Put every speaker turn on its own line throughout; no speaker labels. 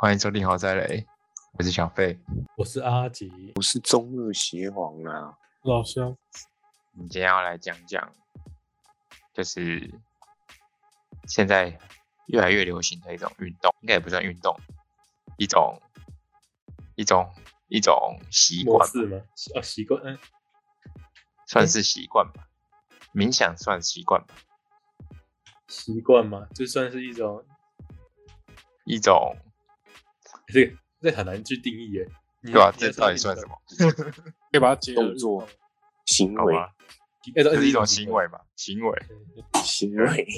欢迎收听《豪宅雷》，我是小费。
我是阿吉，
我是中日协皇啊，
老乡，
我们今天要来讲讲，就是现在越来越流行的一种运动，应该也不算运动，一种一种一种习
模
惯吧，
式吗？啊，习惯，嗯，
算是习惯吧。冥想算习惯吧，
习惯嘛，这算是一种，
一种
这个这很难去定义耶，对
对吧、这到底算什？么？
可以把它结
合动作行
好
为
吧，
哎，
这
这
是一种行。为吧，行为
行为，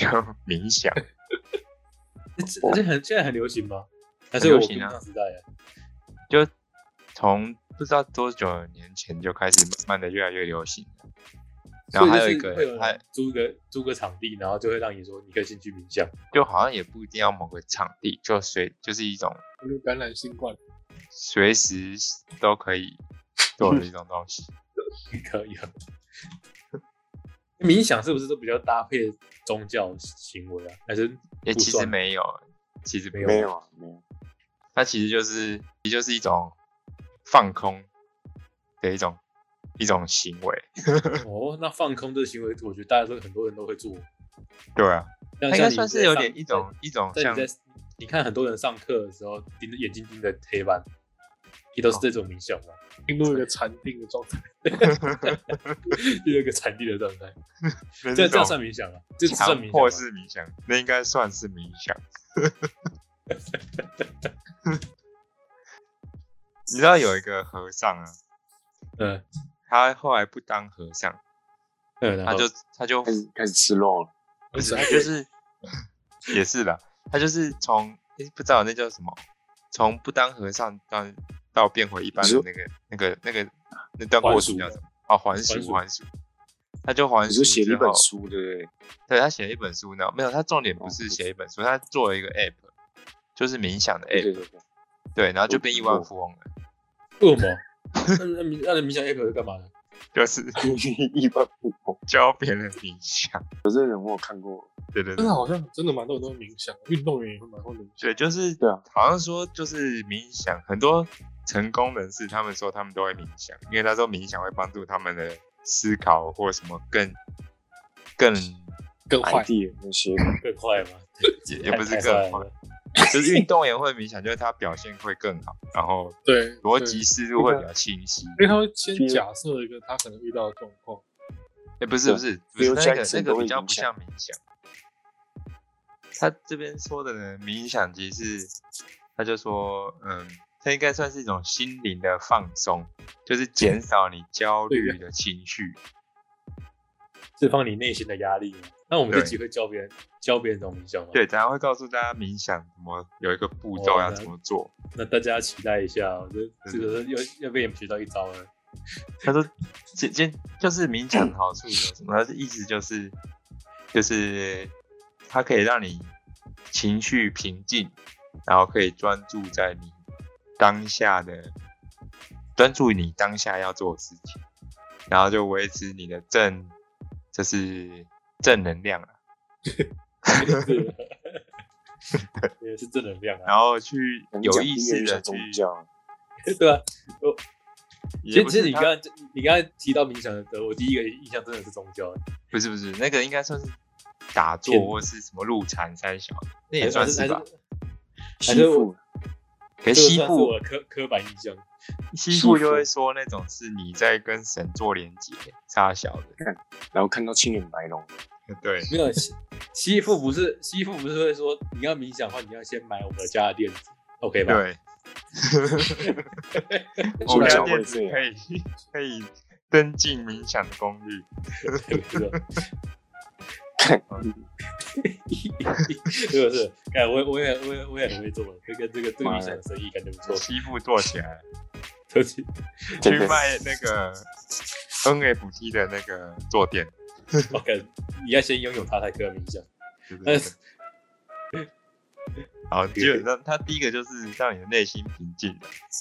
就冥想。
这这这很现在很流行吗？还是
很流
我
行
平
啊
常时代啊？
就从不知道多久年前就开始慢慢的越来越流行了。然后还有
所以
一
就是
个
会有，人
还
租个租个场地，然后就会让你说你可以进去冥 想，
就好像也不一定要某个场地，就随就是一种
感染新冠，
随时都可以做的一种东西。
可以啊。冥想是不是都比较搭配宗教行为啊？还是
也
不
其实
算
没有，其实没
没
没
有，
有啊，没有，
它其实就是其实就是一种放空的一种一种行为。
哦，那放空这个行为，我觉得大家都很多人都会做。
对啊，
像
它应
像
该
你
算是
在
有
上
点一种一种
在
像
你在你看很多人上课的时候，盯着眼睛盯着黑板，也
哦
都是这种冥想嘛，
进入一个禅定的状态。
就是一个禅定的状 态。
这
这这样
种
算冥想啊？这只算
强
冥
迫
想吗。
式冥想，那应该算是冥 想。 你知道有一个和尚啊，
嗯
他后来不当和尚，
嗯，然
他
后
就他就
开始开始吃肉了，
不是他就是也是的，他就是从诶不知道那叫什么，从不当和尚到到变回一般的那个那个那个那段过程叫什么？哦，还
还
俗
俗
还俗，他就还
你
俗
说写了一
之后哎
本书，对不对？
对他写了一本书呢，没有，他重点不是写一本书，他做了一个 app，就是冥想的
对
app，
对对对，
对，然后就
我
变亿
听过
万富翁了，
为什么？那那冥那冥想 app 是干嘛的？
就是
一般不同。
教别人冥想，
有这人我有看过，
对对
真
对
的，好像真的蛮多人都会冥想，运动员也会蛮多冥想。
对，就是
对啊
好像说就是冥想，很多成功人士他们说他们都会冥想，因为他说冥想会帮助他们的思考或什么更更
更坏
ID 那些，
更快吗？
也也不是
太
更
快
好，
了。
就是 运动员会冥想，就是他表现会更好，然后
对
逻，
对
辑思路会比较清晰。
因为他会先假设一个他可能遇到的状况，
哎、不是
对
不是，不
比
是
如
那个
Jackson
那
都
个
会
比较
冥
不像冥想。他这边说的呢，冥想其实是，他就说，嗯，它应该算是一种心灵的放松，就是
嗯
减少你焦虑的情绪。
释放你内心的压力嘛。那我们
对
这集会教别人教别人怎么冥想吗？
对，，等下会告诉大家冥想怎么有一个步骤
哦
要
那
怎么做。
那大家期待一下哦，这这
对
个要要被你们学到一招 了。
他说，简简就是冥想的好处有什么？他的意思就是，就是它可以让你情绪平静，然后可以专注在你当下的，专注你当下要做的事情，然后就维持你的正，就是正能量啊，
是也是正能量啊。
然后去
人家
有
毕
意
业
识
就
的
想
去，
宗教，
对啊，
也
其
不
实其实
是
你
他
刚刚你刚才提到冥想的，我第一个印象真的是宗教，欸
不是不是那个应该算是打坐
天
或是什么入禅三小，那也
还是
算
还
是
是
吧。
西
是
部
可是
这个
西
算是
部
我的刻刻板印象，
西部就会说那种是你在跟神做连接，差小的，
然后看到青眼白龙，
对，
没有西西父不是西父不是会说你要冥想的话，你要先买我们的家的垫子，OK 吧？
对，我
宗
们家
教
电
会
子
啊费啊
可，以可以登进冥想的公寓，
对不对？
看
是不是？哎，我也我也我也我也很会做，这个这个对冥想的生意感觉不错，
西部做起来，
尤其
去
真的
卖那个 NFT 的那个坐垫，
我感你要先拥有它才可以啊冥想。
对不对
但？
对
是
呃 好，基本上它第一个就是让你的内心平静，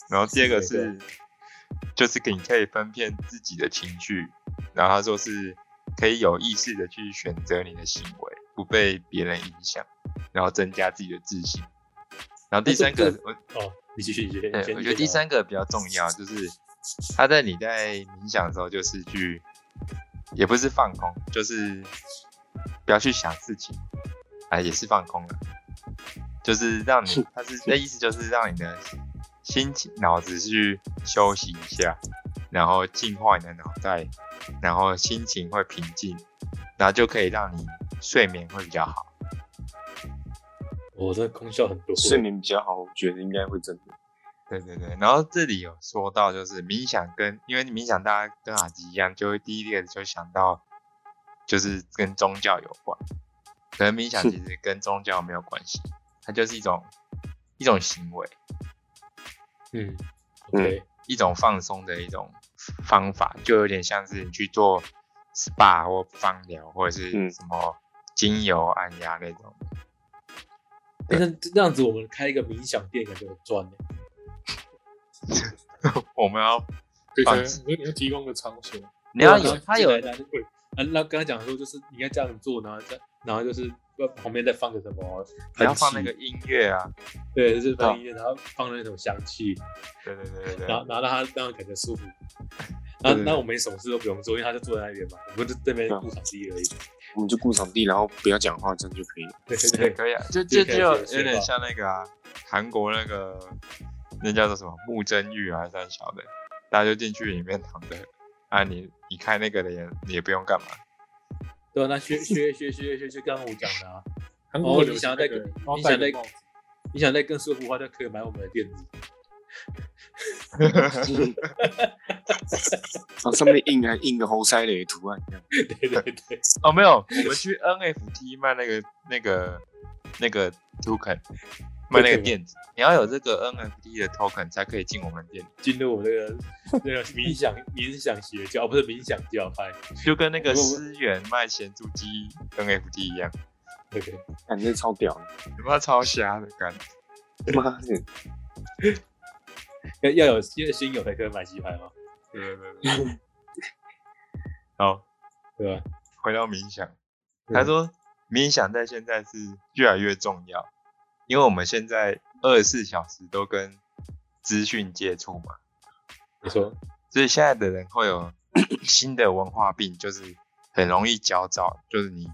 然后第二个是就是你可以分辨自己的情绪，然后他说是可以有意识的去选择你的行为，不被别人影响，然后增加自己的自信。然后第三
那
个
这，
我
哦，你继续，你继续。
对
你先哦
我觉得第，三个比较重要，就是他在你在冥想的时候，就是去，也不是放空，就是不要去想事情，啊，也是放空了，就是让你，他是那意思就是让你的心情、脑子去休息一下，然后净化你的脑袋，然后心情会平静，然后就可以让你睡眠会比较好。
我这功效很多。
睡眠比较好，我觉得应该会真的。
对对对，然后这里有说到，就是冥想跟，因为冥想大家跟耳机一样，就会第一个就想到，就是跟宗教有关，可能冥想
是
其实跟宗教没有关系，它就是一种一种行为，
嗯，OK，
一种放松的一种方法，就有点像是你去做 SPA 或芳疗或者是
嗯
什么精油按压那种。
那这样子我们开一个冥想店，感觉很赚呢。
我们要
对，可
放
能你要提供个场所，
你要
对啊
有它有
进来对啊，那刚才讲说就是你应该这样做，然后再然后就是呃旁边再放个什么，
你要放那个音乐啊，
对，就是放音乐，然后放那种香气，
对对对对对，
然后然后让他让他感觉舒服。然后
对啊
那我们什么事都不用做，因为他就坐在那边嘛，我们就这边顾场地而已。
我们就顾场地，然后不要讲话，这样就可 以了。
对
也
对对，
可以啊，就
这
就
个可以
就
解释
有点
吧
像那个啊，韩国那个那叫做什么木真玉啊，还是啥小的，大家就进去里面躺着啊，你你看那个的也你也不用干嘛，
对啊，那薛薛薛薛薛薛刚刚我讲的啊，
韩
哦，
国
你想要再
在
更，你
然后
想
戴
再
个帽子，
你想再更舒服的话，就可以买我们的垫子。
啊，上面印还印个猴腮的图啊案，这样
对对对，
哦，没 有，我们去 NFT 卖那个那个那个 token，卖那个
Token 吗
垫子，你要有这个 NFT 的 token 才可以进我们店，
进入我这个那个冥想冥想邪教，不是冥想教派。
就跟那个
我我
思源卖咸猪鸡 NFT 一样，
对对，
感觉超屌的。
你妈超瞎的干，
妈的，
要要有要先有才可以买鸡排嘛，
对对对对，好。
对吧？
回到冥想，
嗯
他说冥想在现在是越来越重要，因为我们现在二十四小时都跟资讯接触嘛，
你说
所以现在的人会有新的文化病，就是很容易焦躁，就是你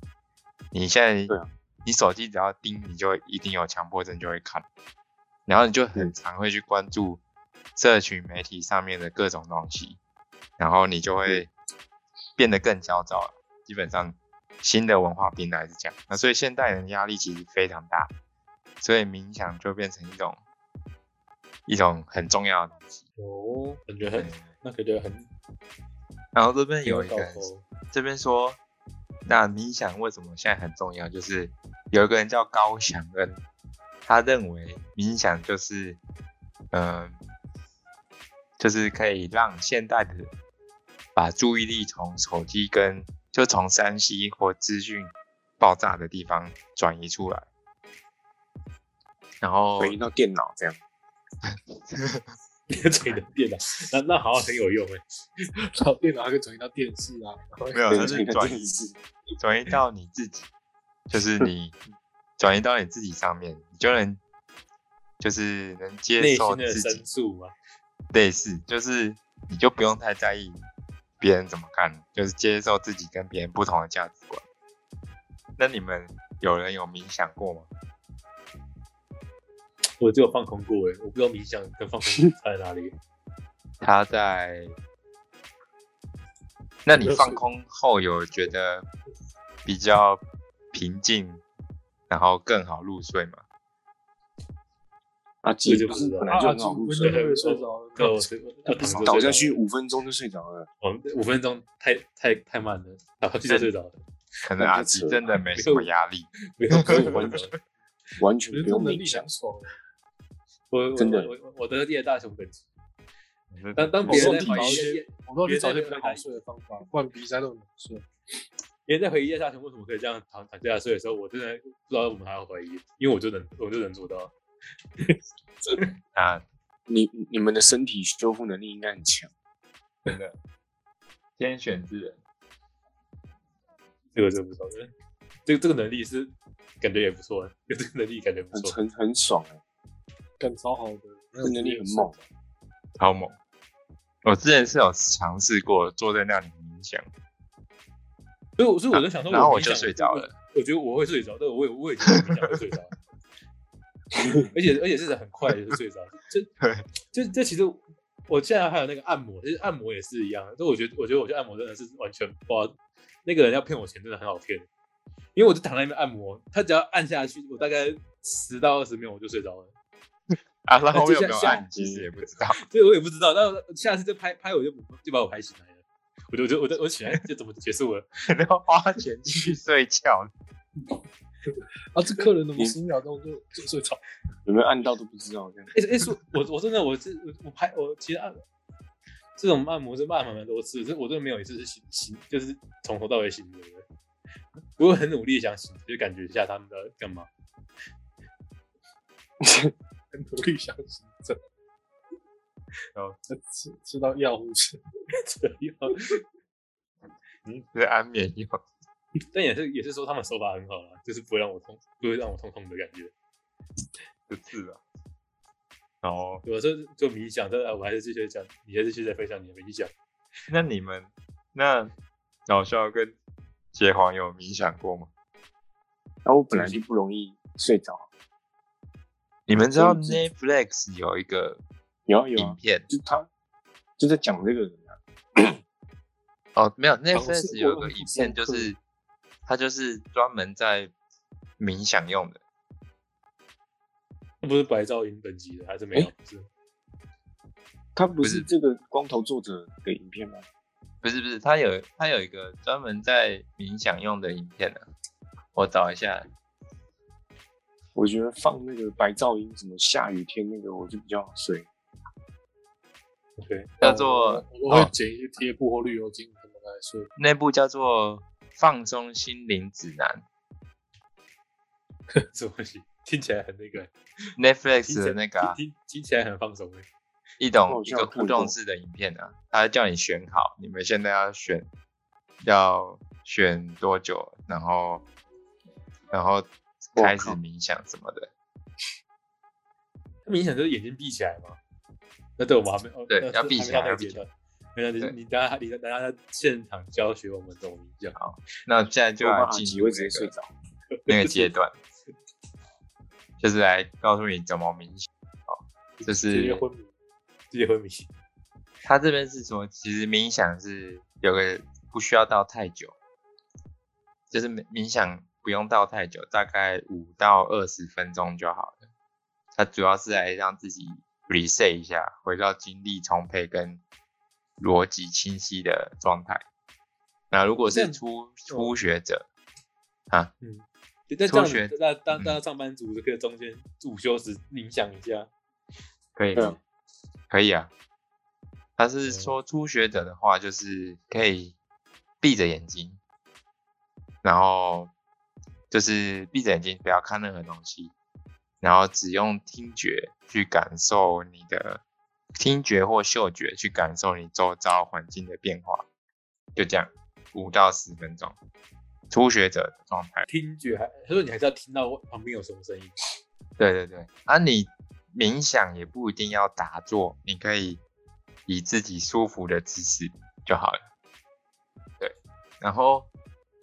你现在
对啊
你手机只要盯，你就会一定有强迫症，就会看，然后你就很常会去关注社群媒体上面的各种东西，然后你就会变得更焦躁了。基本上新的文化病来是这样，那所以现代人压力其实非常大，所以冥想就变成一种一种很重要的东西。嗯
哦，感觉
对
很，那感觉很
然后这边有一
到
个人
头
这边说，那冥想为什么现在很重要？就是有一个人叫高翔恩，他认为冥想就是，嗯、就是可以让现代的人把注意力从手机跟就从山西或资讯爆炸的地方转移出来，然后
回到电脑这样，
嘴的电脑，那那好像很有用哎。
然后电脑还可以转移到电视啊，然后
没有，他是
一个
转
电
移
视，
转移到你自己，就是你转移到你自己上面，你就能就是能接
内
受
心的
自己
深处啊，
类似，就是你就不用太在意别人怎么看，就是接受自己跟别人不同的价值观。那你们有人有冥想过吗？
我只有放空过哎，我不知道冥想跟放空在哪里。
他在，那你
就是
放空后有觉得比较平静，然后更好入睡吗？
阿
我
基
就
不
不
是
知道
本
啊
来就
啊
很好
就
入
温
睡
度
的，
会睡着了，
那我是我
不是
躺着
倒
睡
下
着
去
了，
五分钟就睡着了，
我五分钟太太太慢了，倒下去就睡着了，
可能
那
阿
就
吉
扯
真的没什么压力。
没有没有完全。
完全
我
不
觉得
用
这能
冥
力
想
很。爽。
我我
真的
我我我得了大熊本质。
那
当当
我
别人
都
在
去
怀
找一
疑
些，我都去找一些比较好睡的方 法，不然鼻塞都很难睡。
别人在回忆叶大雄为什么可以这样躺躺下来睡的时候，我真的不知道我们还要怀疑，因为我就能我就能做到。
啊，
你你们的身体修复能力应该很强，
真的，天选之人。
这个真不错， 这个这个能力是感觉也不错，有这个能力感觉不
很
错。
很很爽哎、
干超好的，那个
能力很猛。
超猛！我之前是有尝试过坐在那里冥想，
所以我所以我在想说，
然后我
冥
就
想
睡着了。
我觉得我会睡着，但我也我也觉得冥想会睡着，而且而且是很快就睡着。这
对
这这其实我现在还有那个按摩，其实按摩也是一样。但我觉得我觉得我去按摩真的是完全不知道那个人要骗我钱真的很好骗，因为我就躺在那边按摩，他只要按下去，我大概十到二十秒我就睡着了。
啊，然后
就
面有没有
像像
按，其实也不知道。
这我也不知道，那下次就拍拍我就不就把我拍醒来了，我就我就我就我起来就怎么结束了？
可能要花钱去睡觉，
啊，这客人怎么十秒钟就就睡着？
有没有按到都不知道这样。
哎、欸、哎、说，我我真的我是我我拍我其实按这种按摩是按蛮蛮多次，这我真的没有一次是醒醒，就是从头到尾醒着的。不过很努力想醒，就感觉一下他们在干嘛。
很努力想洗澡，
然后
吃吃到药物吃，
这样
就是安眠药。
但也是也是说他们手法很好啦，就是不会让我痛，不会让我痛痛的感觉。
不是啊。哦然后，
有的时候就冥想，但啊我还是继续讲，你还是继续分享你的冥想。
那你们那老肖跟杰黄有冥想过吗？
然后我本来就不容易睡着，
你们知道
我自己
Netflix 有一个
有啊有
影
啊，
片
就他就在讲这个人啊，
哦，没有
是
Netflix
我
有个
我不
影
上
片，就
课
是它就是专门在冥想用的。
那不是白噪音等级的，还是没有？
欸
是
他不
不是
是这个光头作者的影片吗？
不是不是，它有它有一个专门在冥想用的影片呢、我找一下。
我觉得放那个白噪音，什么下雨天那个，我就比较好睡。
OK，
叫做哦
我会剪一些贴布或绿油精什么来睡。
那部叫做《放松心灵指南
什么东西听起来很那个，》
，Netflix 的那个、啊、
听听听起来很放松欸
一
那
种
我
一
就要
个
看
互动
过
式的影片啊，它叫你选好，你们现在要选要选多久，然后然后
我
开始
靠
冥想什么的，
他明显就是眼睛闭起来嘛。那对我们还没哦，
对
那是
要闭起来
还没
要
到那
闭
个
起
阶段。没有你
对
你等下你等下现场教学我们怎么冥想。
那现在就
我
要
怕
啊进
几
入
会
那
直接睡
个
着。
那个 阶段，就是来告诉你怎么冥想。哦，就
直接
是
昏迷，
直接昏迷。
他这边是说，其实冥想是有个不需要到太久，就是冥冥想不用到太久，大概五到二十分钟就好了。它主要是来让自己 reset 一下，回到精力充沛跟逻辑清晰的状态。那如果
这
是
样
初
哦
初学者，
那这样
初学
子，那当
嗯
当上班族就可以中间午休时冥想一下。
可以
对
吗
啊？
可以啊。他是说初学者的话，就是可以闭着眼睛，然后就是闭着眼睛，不要看任何东西，然后只用听觉去感受你的听觉或嗅觉去感受你周遭环境的变化，就这样五到十分钟，初学者的状态。
听觉还他说你还是要听到旁边有什么声音。
对对对，啊，你冥想也不一定要打坐，你可以以自己舒服的姿势就好了。对，然后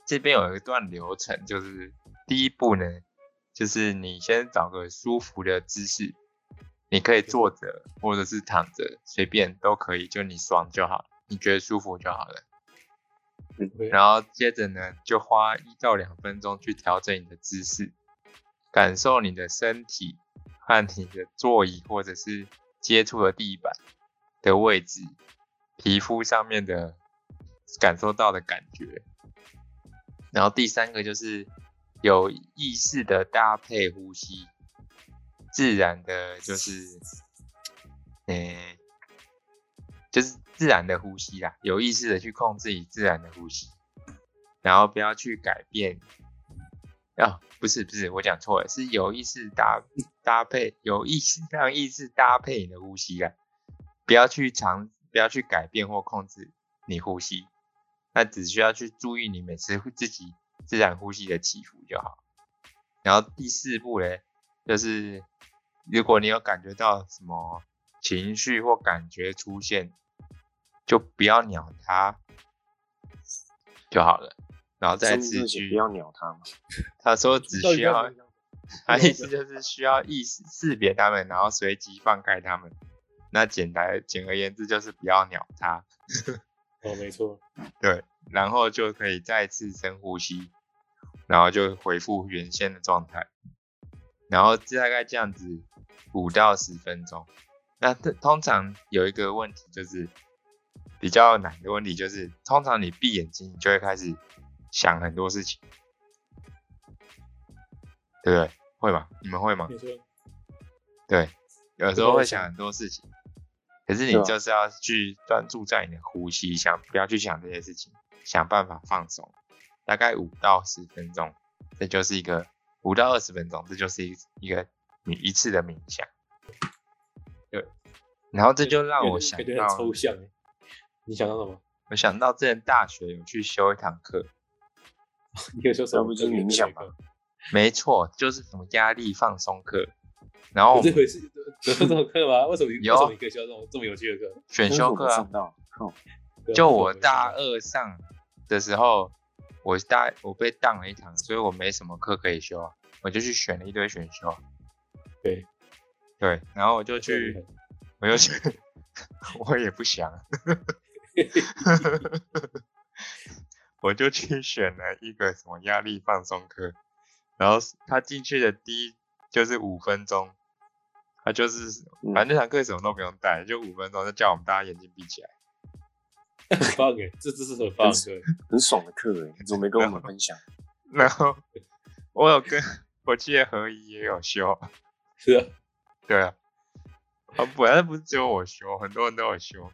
这边有一段流程，就是第一步呢，就是你先找个舒服的姿势，你可以坐着或者是躺着，随便都可以，就你爽就好，你觉得舒服就好了。
OK，
然后接着呢，就花一到两分钟去调整你的姿势，感受你的身体和你的座椅或者是接触的地板的位置，皮肤上面的感受到的感觉。然后第三个就是有意识的搭配呼吸，自然的就是，诶、就是自然的呼吸啦，有意识的去控制你自然的呼吸，然后不要去改变。
哦
啊，不是不是，我讲错了，是有意识搭搭配，有意识让意识搭配你的呼吸啊，不要去尝，不要去改变或控制你呼吸，那只需要去注意你每次呼自己自然呼吸的起伏就好。然后第四步嘞，就是如果你有感觉到什么情绪或感觉出现，就不要鸟它就好了，然后再
生
次
病前
去
不。要鸟它嘛。
他说只需要， 他意思
对
就是需要意识识别它们，然后随机放开它们。那简单简而言之就是不要鸟它，
哦，没错，
然后就可以再次深呼吸，然后就恢复原先的状态，然后大概这样子五到十分钟。那这通常有一个问题就是比较难的问题，就是通常你闭眼睛，你就会开始想很多事情，对不对？会吗？你们会吗？
你说
对，有时候会想很多事情，可是你
对啊
就是要去专注在你的呼吸，想不要去想这些事情，想办法放松，大概五到十分钟，这就是一个五到二十分钟，这就是一一个你一次的冥想。对，然后这就让我想
感觉
到
很，抽象欸。你想到什么？
我想到之前大学有去修一堂课，
你 有说什
那
么？
不就是冥想吗
没错，就是什么压力放松课，然后我
有这
们
回事有这种课吗？ 为什么你为
哦有
什么你可以修这种这么有趣的课？
选修课啊
上，到，靠
对啊
就
为什么
我
没
大
上
二上的时候，我大我被当了一堂，所以我没什么课可以修啊，我就去选了一堆选修。啊
对
对，然后我就
对
去，我就去， 我也不想， 我就去选了一个什么压力放松课，然后他进去的第一就是五分钟，他就是
嗯
反正那堂课什么都不用带，就五分钟，就叫我们大家眼睛闭起来。
很棒哎，这这是很 棒的课。
很爽的课哎，你怎么没跟我们分享？
然后我有跟我记得合一也有修，
是啊，
对啊，啊本来不是只有我修，很多人都有修，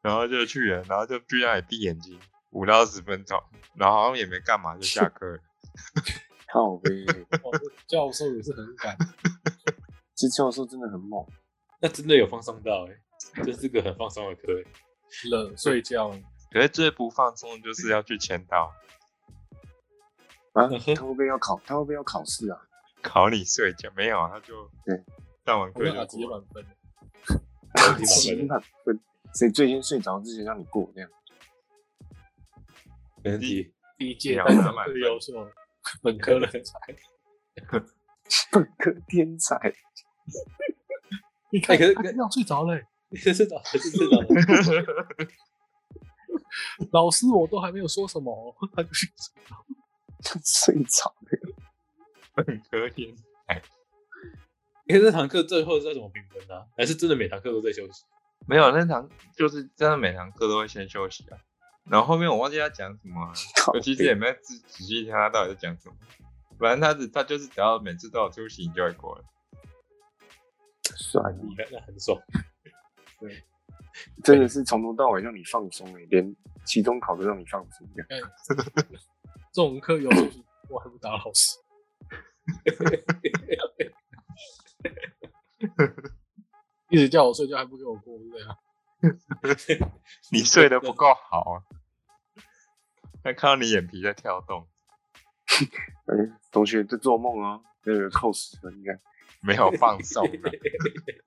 然后就去了，然后就去那里闭眼睛五到十分钟，然后好像也没干嘛就下课了，
靠呗，
哇哦这教授也是很敢，
这教授真的很猛，
那真的有放松到哎，这是个很放松的课欸。
冷睡觉，
可是最不放松的就是要去签到，
啊，
嗯
他会不会要考？他会不会要考 试啊？
考你睡觉没有啊，他就
对
上完
我
课
们
就
直接
过了，
满分。
打鸡
行吧，分谁最先睡着之前让你过这样？
没问题，
第一届
两
班
个
长
满
最
分
优秀，本科
哎
人才。
本科天才，
你看，
哎可是
他要睡着欸嘞，
这是的，这是的。
老师我都还没有说什么，哦 他就睡着。
睡着了，
本科天
因为这堂课最后是要怎么评分呢、啊？还是真的每堂课都在休息？
没有那堂就是真的每堂课都会先休息啊，然后后面我忘记他讲什么了。
靠
我其实
北
也没有仔仔细听他到底在讲什么，反正他只他就是只要每次都有出席，你就会过了。
帅，
你看，那很爽。
真的是从头到尾让你放松哎，连期中考都让你放松这样。
这种课有休息，我还不打老师。一直叫我睡觉还不给我过，对啊，
你睡得不够好啊， 他看到你眼皮在跳动，
哎、同学在做梦啊，那个扣十分应该，
没有放松 啊。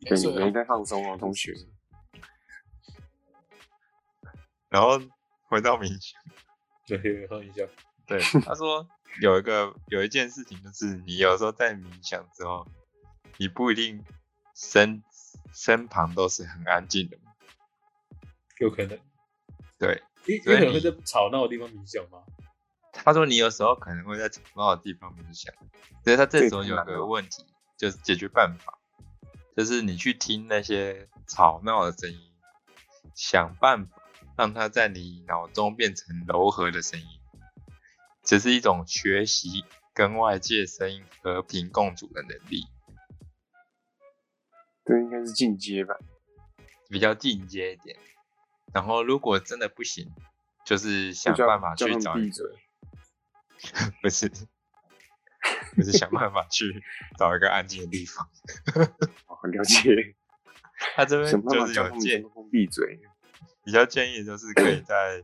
对，
睡
你
啊
没在放松哦，同学。
然后回到冥想，
对，有有印象。
对他说有一个有一件事情就是你有时候在冥想之后，你不一定身身旁都是很安静的，
有可能，
对。
因
所
有
以
可
你
能会在吵闹的地方冥想吗？
他说你有时候可能会在吵闹的地方冥想，所以他这时候
对
有
当然
个
了
问题，就是解决办法，就是你去听那些吵闹的声音，想办法让它在你脑中变成柔和的声音，这是一种学习跟外界声音和平共处的能力，
这应该是进阶吧？
比较进阶一点。然后如果真的不行，就是想
就叫
办法
叫
去
他们
找一
闭
个
嘴。
不是， 不是想办法去找一个安静的地方。
哦，了解。
他这
想
边就
办法
是
叫
有
他们
建
全部闭嘴。
比较建议，就是可以在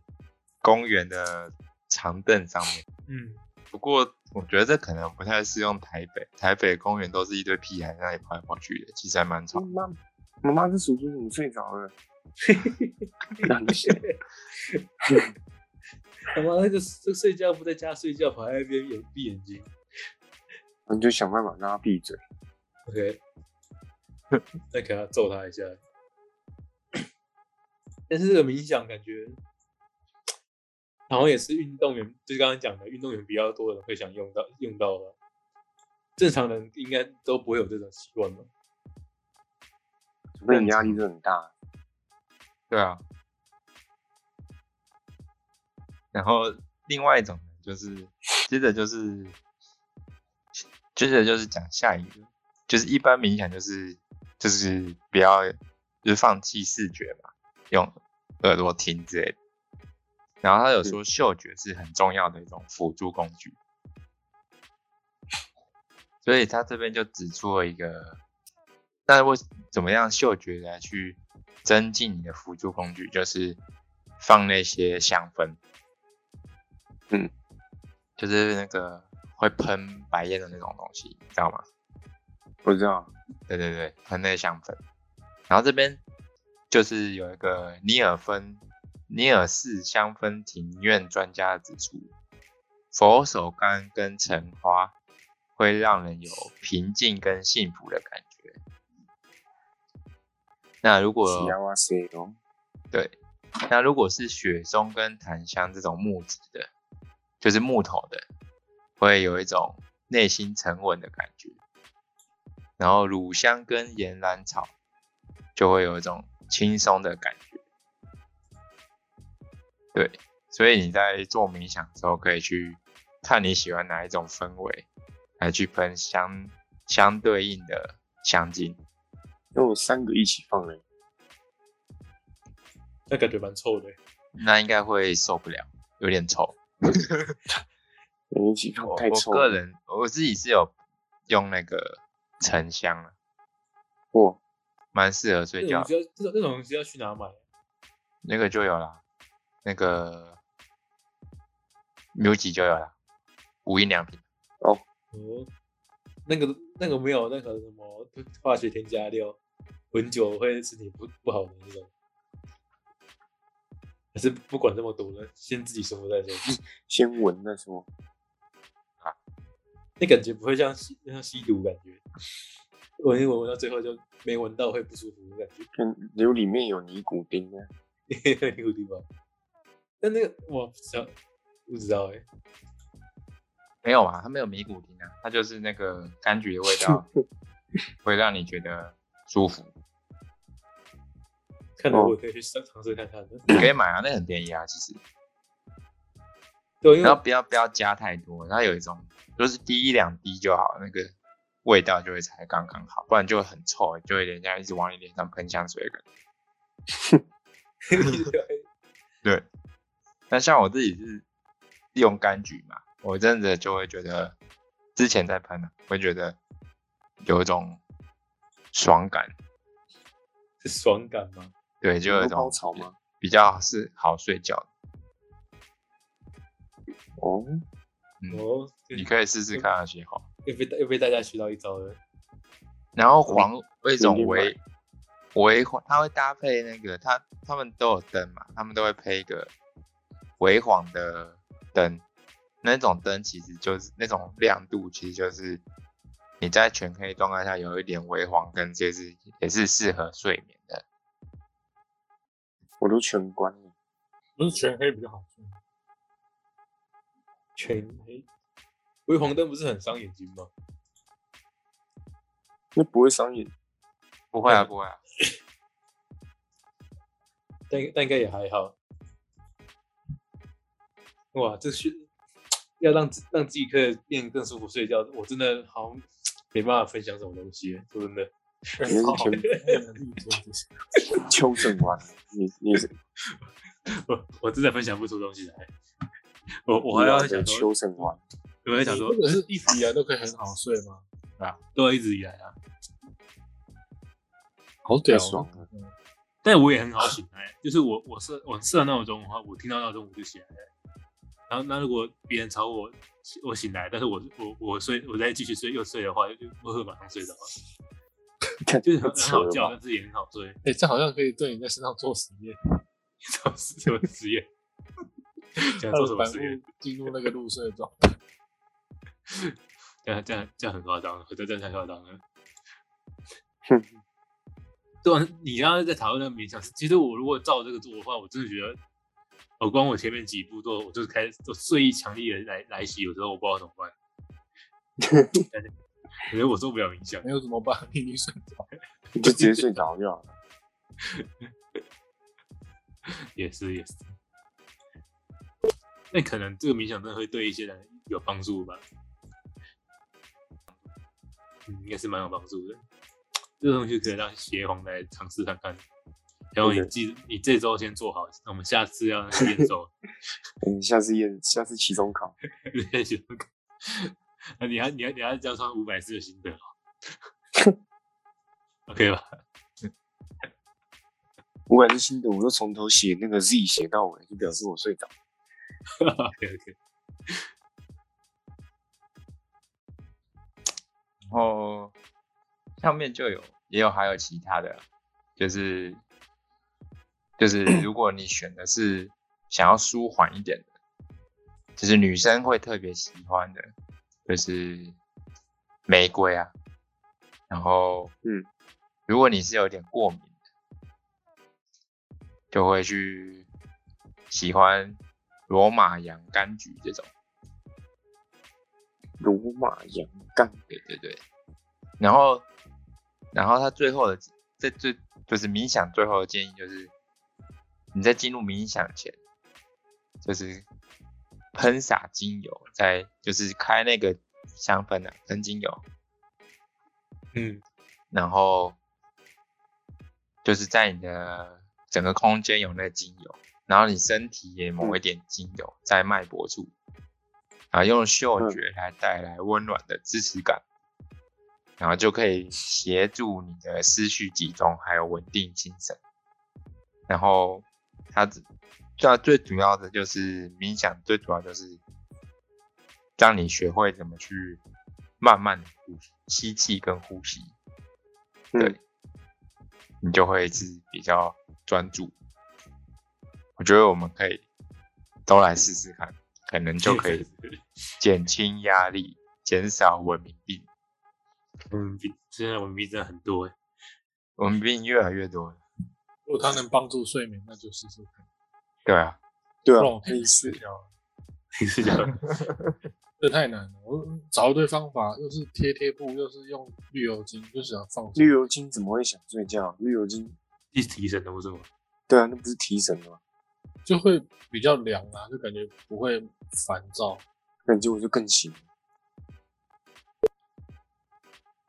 公园的长凳上面，
嗯，
不过我觉得这可能不太适用台北，台北公园都是一堆屁孩在那里跑来跑去的，其实还蛮吵的。
妈妈妈是叔叔，你睡着 了。那不行，
他妈那个这睡觉不在家睡觉，跑在那边眼闭眼睛。
你就想办法让他闭嘴。
OK，再给他揍他一下。但是这个冥想感觉，好像也是运动员，就是刚刚讲的，运动员比较多的人会想用到用到的。正常人应该都不会有这种习惯吧？
除非你压力真的很大，
对啊。然后另外一种呢就是，接着就是，接着就是讲下一个，就是一般冥想就是就是不要就是放弃视觉嘛，用耳朵听之类的。然后他有说嗅觉是很重要的一种辅助工具，所以他这边就指出了一个，那为怎么样嗅觉来去增进你的辅助工具，就是放那些香氛，
嗯，
就是那个会喷白烟的那种东西，你知道吗？
我知道。
对对对，喷那个香粉。然后这边就是有一个尼尔芬尼尔市香氛庭院专家指出，佛手柑跟橙花会让人有平静跟幸福的感觉。那如果
喜欢哇塞哦，
对，那如果是雪松跟檀香这种木质的，就是木头的，会有一种内心沉稳的感觉。然后乳香跟岩兰草就会有一种轻松的感觉。对，所以你在做冥想的时候，可以去看你喜欢哪一种氛围，来去喷相相对应的香精。
因为我三个一起放嘞，
那感觉蛮臭的。欸
那应该会受不了，有点臭。
两个一起放
我
太臭
我
了。
个人我自己是有用那个沉香啊，
哇，
蛮适合睡
那
觉
种
的。
需要这种那种东西要去哪买？
那个就有啦，那个 MUJI 就有啦，无印良品。
哦，那个那个没有那个什么化学添加料，闻久会身体不不好的那种。还是不管这么多了，先自己生活再说。
先闻再说。
那感觉不会像吸像吸毒感觉，闻一闻闻到最后就没闻到会不舒服的感觉，
嗯，有里面有尼古丁呢。
那个地方。但那个我不知道，不知道哎、欸，
没有啊，它没有尼古丁啊，它就是那个柑橘的味 道，会让你觉得舒服。
看来我
哦
可以去尝尝试看看的。
你可以买啊，那很便宜啊，其实。
对，因为
然后不要不要加太多，它有一种就是滴一两滴就好，那个味道就会才刚刚好，不然就会很臭，就会人家一直往你脸上喷香水的感觉。对，那像我自己是用柑橘嘛，我真的就会觉得之前在喷啊，会觉得有一种爽感，
是爽感嘛，
对，就有一
有高
种
潮吗？
比较是好睡觉的。
哦，
嗯，
哦，
你可以试试看那些好。
又被又被大家学到一招了。
然后黄有一种
明白
微微黄，它会搭配那个它他们都有灯嘛，他们都会配一个微黄的灯，那种灯其实就是那种亮度，其实就是你在全黑状态下有一点微黄跟就是也是适合睡眠的。
我都全关了。
不是全黑比较好睡。
全黑，微嗯黄灯不是很伤眼睛吗？
那不会伤眼，
不会啊，
嗯
不会啊，
但但应该也还好。哇，这是要让自让自己可以变得更舒服睡觉，我真的好像没办法分享什么东西，说真的。
你
是全
哦
邱正完了。你你
我我真的分享不出东西来。我我还
你
要
要
想
的
说，
邱正完，
我在想说
这，个是一直以来都可以很好睡吗？
都要一直以来啊，
好
太
屌
哦
爽了。
但我也很好醒来，就是我我设我设闹钟的话，我听到闹钟我就起来了，然后那如果别人吵我，我醒来，但是我我我睡，我再继续睡又睡的话，就我会马上睡着，
看
就是
太
很很
扯
好
了
叫，
吧
但是也很好睡。
哎、这好像可以对你在身上做实验，
做什么实 验？想做什么
反复
实验？
进入那个入睡状态。
这样这样这样很夸张了，这这样太夸张了。
哼
对啊，你刚刚在讨论那个冥想，其实我如果照这个做的话，我真的觉得，我光我前面几步都，我就是开始我睡意强烈的来来袭，有时候我不知道怎么办。我觉得我做不了冥想，
没有怎么办？ 你你睡着，
你就直接睡着就好了。
也是也是。那可能这个冥想真的会对一些人有帮助吧？嗯，应该是蛮有帮助的。这个东西可以让协红来尝试看看。然后你记，你这周先做好，那我们下次要 验收。
嗯，下次验，下次期中考，
对，喜欢看。那你还你还你还交上五百字的心得哦哦，OK 吧？
五百字心得我都从头写那个 Z 写到尾，就表示我睡着。
OK OK，
然后上面就有也有还有其他的，就是就是如果你选的是想要舒缓一点的，就是女生会特别喜欢的，就是玫瑰啊。然后，
嗯，
如果你是有点过敏的就会去喜欢罗马洋甘菊这种。
罗马洋干，
对对对。然后，然后他最后的这最就是冥想最后的建议就是，你在进入冥想前，就是喷洒精油，在就是开那个香氛啊，喷精油，
嗯，
然后就是在你的整个空间有那个精油，然后你身体也抹一点精油在脉搏处，啊，用嗅觉来带来温暖的支持感，然后就可以协助你的思绪集中，还有稳定精神。然后它只最最主要的就是冥想，最主要就是让你学会怎么去慢慢地呼吸气跟呼吸。
嗯
对，你就会是比较专注。我觉得我们可以都来试试看，可能就可 以减轻压力，减少文明病。
文笔嗯现在文笔真的很多哎，
文明病越来越多了，
如果它能帮助睡眠，那就试试看。
对啊，
对
不然
啊，
我可以试掉，
你是 讲
这太难了。我找一堆方法，又是贴贴布，又是用绿油精，就是想放松
绿。油精怎么会想睡觉？绿油精，
一提神的不是吗？
对啊，那不是提神的吗？
就会比较凉啊，就感觉不会烦躁。
感觉我就更醒了。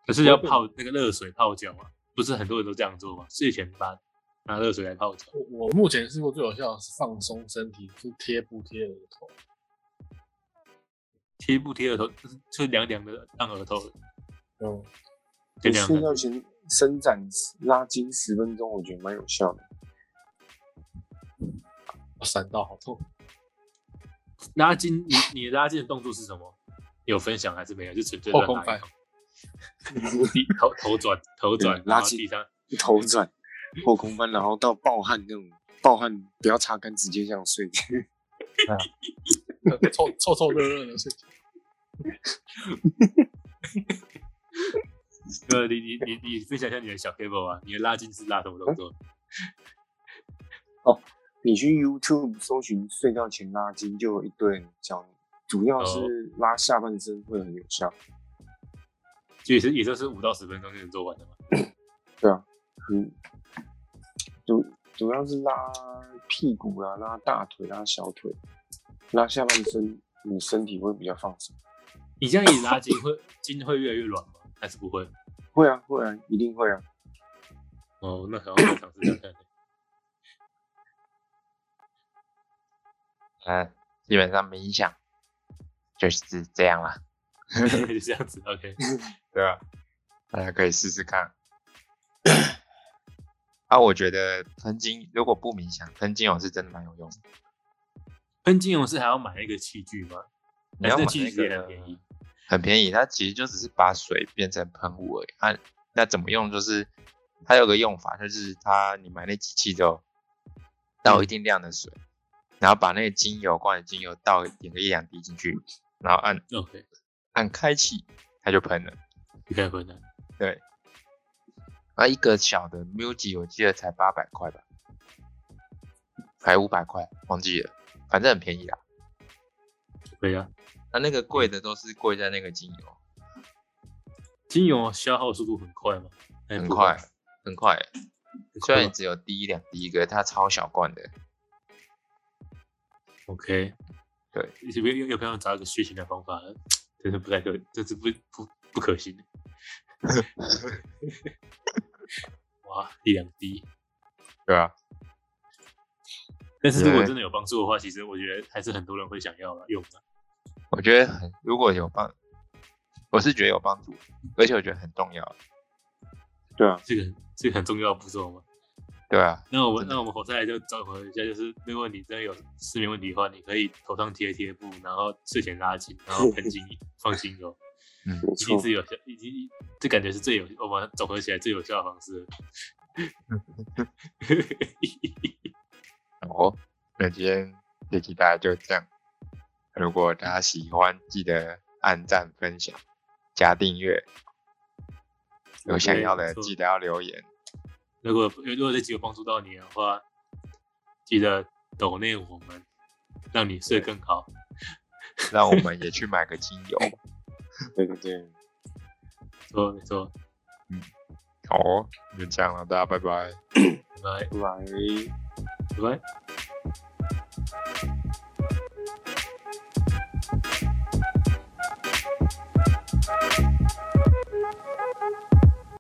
可是要泡那个热水泡脚啊，不是很多人都这样做吗？睡前把拿热水来泡脚，
我我目前试过最有效的是放松身体，是贴布贴额头，
贴不贴额头，就是就凉凉的当额头，
嗯，
就
你
凉
睡
啊
的。
觉前伸展拉筋十分钟，我觉得蛮有效的。
闪到好痛。
拉筋，你你拉筋的动作是什么？有分享还是没有？就纯粹
后
乱
空
拉一
翻嗯
通地头头转头转，
拉
然后
筋
地上
头转、后空翻，然后到暴汗那种，暴汗不要擦干，直接这样睡。
臭臭臭热热的睡觉，
对，你你你你分享一下你的小 table 啊，你的拉筋是拉什么动作？
你去 YouTube 搜寻睡觉前拉筋，就有一堆人教你，主要是拉下半身会很有效。
就也是也就是五到十分钟就能做完的嘛。
嗯，主主要是拉屁股啊，拉大腿，拉小腿，拉下半身，你身体会比较放松。
你这样一拉筋会筋会越来越软吗？还是不会？
会啊，会啊，一定会啊。
哦，那好像可以尝试看看。
嗯、基本上冥想就是这样啦，
就这样子，OK。
对吧、大家可以试试看。 哦啊，我觉得喷精如果不冥想，喷精油是真的蛮有用的。
喷精油是还要买那个器具吗？
你要
哎
买
这
那
器具也
个
很便宜，
很便宜，它其实就只是把水变成喷雾而已。啊，那怎么用？就是它有个用法，就是它你买那机器之后，倒一定量的水，然后把那个精油罐的精油倒点个一两滴进去，然后按
OK，
按开启，它就喷了。
你看喷的，
啊，一个小的 MUJI 我记得才八百块吧，还五百块，忘记了，反正很便宜啦。
可以啊。
那、那个贵的都是贵在那个精油，
精油消耗速度很快吗？哎
很
不会
快很快、
很
虽
快
然只有滴一两滴一个，它超小罐的。
OK，
对，
有没有有可能找一个血型的方法？真是不太可，这是不不不可 行的。哇，一两滴，
对啊，
但是如果
对
真的有帮助的话，其实我觉得还是很多人会想要用的。
我觉得
哎
很，如果有帮，我是觉得有帮助，而且我觉得很重要。
对啊，
这个这个很重要的步骤吗？
对啊，
那我们
真的
那我们口再来就找回一下，就是如果你真的有失眠问题的话，你可以头上贴贴布，然后睡前拉筋，然后喷精油，放精油，
没
一定
错，
是有效，已经这感觉是最有我们总合起来最有效的方式了。
哦，那今天这期大家就这样。如果大家喜欢，记得按赞、分享、加订阅。有想要
没
的
错
记得要留言。
如果如果这集有帮助到你的话，记得抖内我们，让你睡更好。
让我们也去买个精 油。
对对对，
没错没错，
好哦，就这样了，大家拜拜。
拜
拜拜。
拜拜拜。